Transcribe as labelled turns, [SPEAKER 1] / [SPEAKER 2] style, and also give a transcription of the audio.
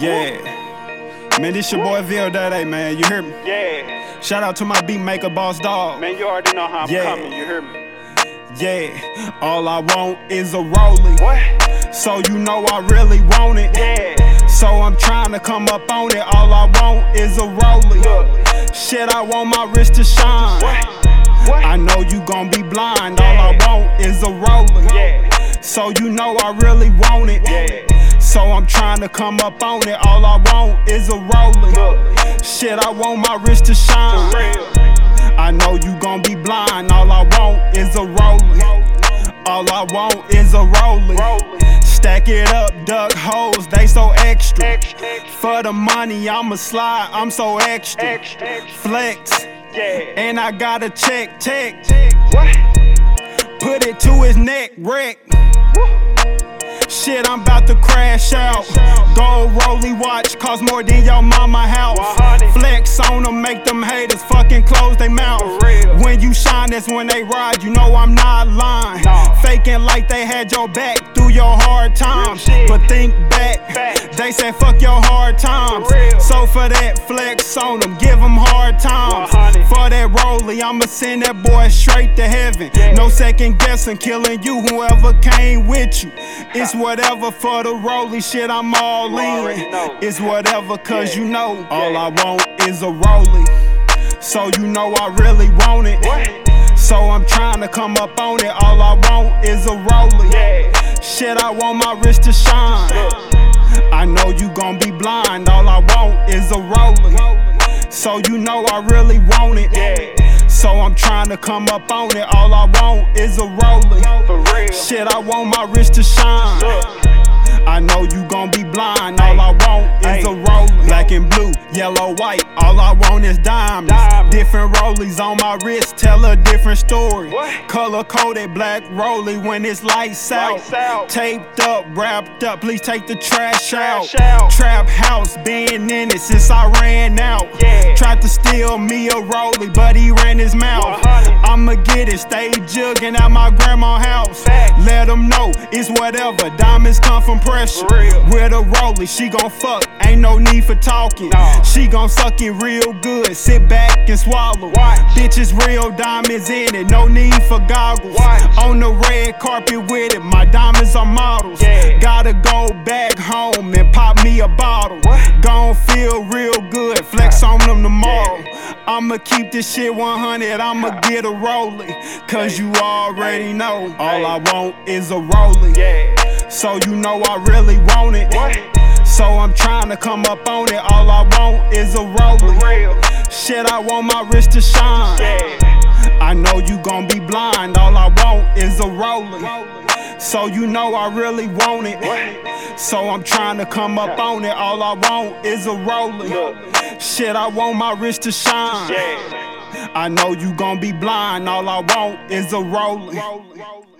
[SPEAKER 1] Yeah. Man, this your boy Ville Day, man. You hear me?
[SPEAKER 2] Yeah,
[SPEAKER 1] Shout out to my beat maker, Boss Dog.
[SPEAKER 2] man, you already know how I'm
[SPEAKER 1] Yeah.
[SPEAKER 2] coming. You hear me?
[SPEAKER 1] Yeah. All I want is a rollie.
[SPEAKER 2] What?
[SPEAKER 1] So you know I really want it.
[SPEAKER 2] Yeah.
[SPEAKER 1] So I'm trying to come up on it. All I want is a rollie.
[SPEAKER 2] Look.
[SPEAKER 1] Shit, I want my wrist to shine.
[SPEAKER 2] What? What?
[SPEAKER 1] I know you gon' be blind. All I
[SPEAKER 2] Yeah.
[SPEAKER 1] want is a rollie.
[SPEAKER 2] yeah.
[SPEAKER 1] So you know I really want it.
[SPEAKER 2] Yeah.
[SPEAKER 1] So I'm trying to come up on it. All I want is a rolling.
[SPEAKER 2] Look.
[SPEAKER 1] Shit, I want my wrist to shine.
[SPEAKER 2] Real.
[SPEAKER 1] I know you gon' be blind. All I want is a rolling. All I want is a rolling.
[SPEAKER 2] Rolling.
[SPEAKER 1] Stack it up, duck hoes, they so extra.
[SPEAKER 2] Extra.
[SPEAKER 1] For the money, I'ma slide, I'm so extra.
[SPEAKER 2] Extra.
[SPEAKER 1] Flex,
[SPEAKER 2] Yeah.
[SPEAKER 1] and I got to check, check.
[SPEAKER 2] What?
[SPEAKER 1] Put it to his neck, wreck. Shit, I'm about to crash out. Gold rolly watch cost more than your mama house.
[SPEAKER 2] 100.
[SPEAKER 1] Flex on them, make them haters fucking close their mouth.
[SPEAKER 2] For real.
[SPEAKER 1] When you shine, that's when they ride. You know I'm not lying.
[SPEAKER 2] Nah.
[SPEAKER 1] Faking like they had your back through your hard times.
[SPEAKER 2] shit.
[SPEAKER 1] But think back,
[SPEAKER 2] Facts.
[SPEAKER 1] they said fuck your hard times.
[SPEAKER 2] For real.
[SPEAKER 1] So for that, flex on them, give them hard times.
[SPEAKER 2] 100.
[SPEAKER 1] For that rolly, I'ma send that boy straight to heaven.
[SPEAKER 2] Yeah.
[SPEAKER 1] No second guessing, killing you, whoever came with you. It's whatever for the rolly shit, I'm all
[SPEAKER 2] You already
[SPEAKER 1] in.
[SPEAKER 2] know.
[SPEAKER 1] It's whatever, cause
[SPEAKER 2] Yeah.
[SPEAKER 1] you know. All
[SPEAKER 2] Yeah.
[SPEAKER 1] I want is a rolly. So you know I really want it.
[SPEAKER 2] What?
[SPEAKER 1] So I'm trying to come up on it. All I want is a rolly.
[SPEAKER 2] Yeah.
[SPEAKER 1] Shit, I want my wrist to shine.
[SPEAKER 2] Look.
[SPEAKER 1] I know you gon' be blind. All I want is a rolling. So you know I really want it.
[SPEAKER 2] Yeah.
[SPEAKER 1] So I'm trying to come up on it. All I want is a rolling.
[SPEAKER 2] For real.
[SPEAKER 1] Shit, I want my wrist to shine.
[SPEAKER 2] Look.
[SPEAKER 1] I know you gon' be blind. All I want is a
[SPEAKER 2] Ay.
[SPEAKER 1] roll. Black and blue, yellow, white. All I want is diamonds.
[SPEAKER 2] Diamonds.
[SPEAKER 1] Different rollies on my wrist tell a different story.
[SPEAKER 2] What?
[SPEAKER 1] Color coded black rollie when it's lights out.
[SPEAKER 2] Lights out.
[SPEAKER 1] Taped up, wrapped up. Please take the trash,
[SPEAKER 2] Trash
[SPEAKER 1] out.
[SPEAKER 2] out.
[SPEAKER 1] Trap house, been in it since I ran out.
[SPEAKER 2] Yeah.
[SPEAKER 1] Tried to steal me a rollie, but he ran his mouth.
[SPEAKER 2] 100.
[SPEAKER 1] I'ma get it, stay jugging at my grandma's house.
[SPEAKER 2] Facts.
[SPEAKER 1] Let them know it's whatever. Diamonds come from pressure.
[SPEAKER 2] For real.
[SPEAKER 1] With a rollie, she gon' fuck. Ain't no need for talking.
[SPEAKER 2] Nah.
[SPEAKER 1] She gon' suck it real good. Sit back and swallow.
[SPEAKER 2] Watch.
[SPEAKER 1] Bitches, real diamonds in it. No need for goggles.
[SPEAKER 2] Watch.
[SPEAKER 1] On the red carpet with it. My diamonds are models.
[SPEAKER 2] Yeah.
[SPEAKER 1] Gotta go back home and pop me a bottle.
[SPEAKER 2] What?
[SPEAKER 1] Gon' feel real good. Flex on them tomorrow. I'ma keep this shit 100. I'ma get a rollie. Cause
[SPEAKER 2] Hey.
[SPEAKER 1] you already know. All
[SPEAKER 2] Hey.
[SPEAKER 1] I want is a rollie.
[SPEAKER 2] Yeah.
[SPEAKER 1] So you know I really want it.
[SPEAKER 2] What?
[SPEAKER 1] So I'm trying to come up on it. All I want is a rolling.
[SPEAKER 2] For real.
[SPEAKER 1] Shit, I want my wrist to shine.
[SPEAKER 2] Yeah.
[SPEAKER 1] I know you gon' be blind. All I want is a rolling. So you know I really want it.
[SPEAKER 2] What?
[SPEAKER 1] So I'm trying to come up on it. All I want is a rolling.
[SPEAKER 2] Look.
[SPEAKER 1] Shit, I want my wrist to shine.
[SPEAKER 2] Yeah.
[SPEAKER 1] I know you gon' be blind. All I want is a rolling.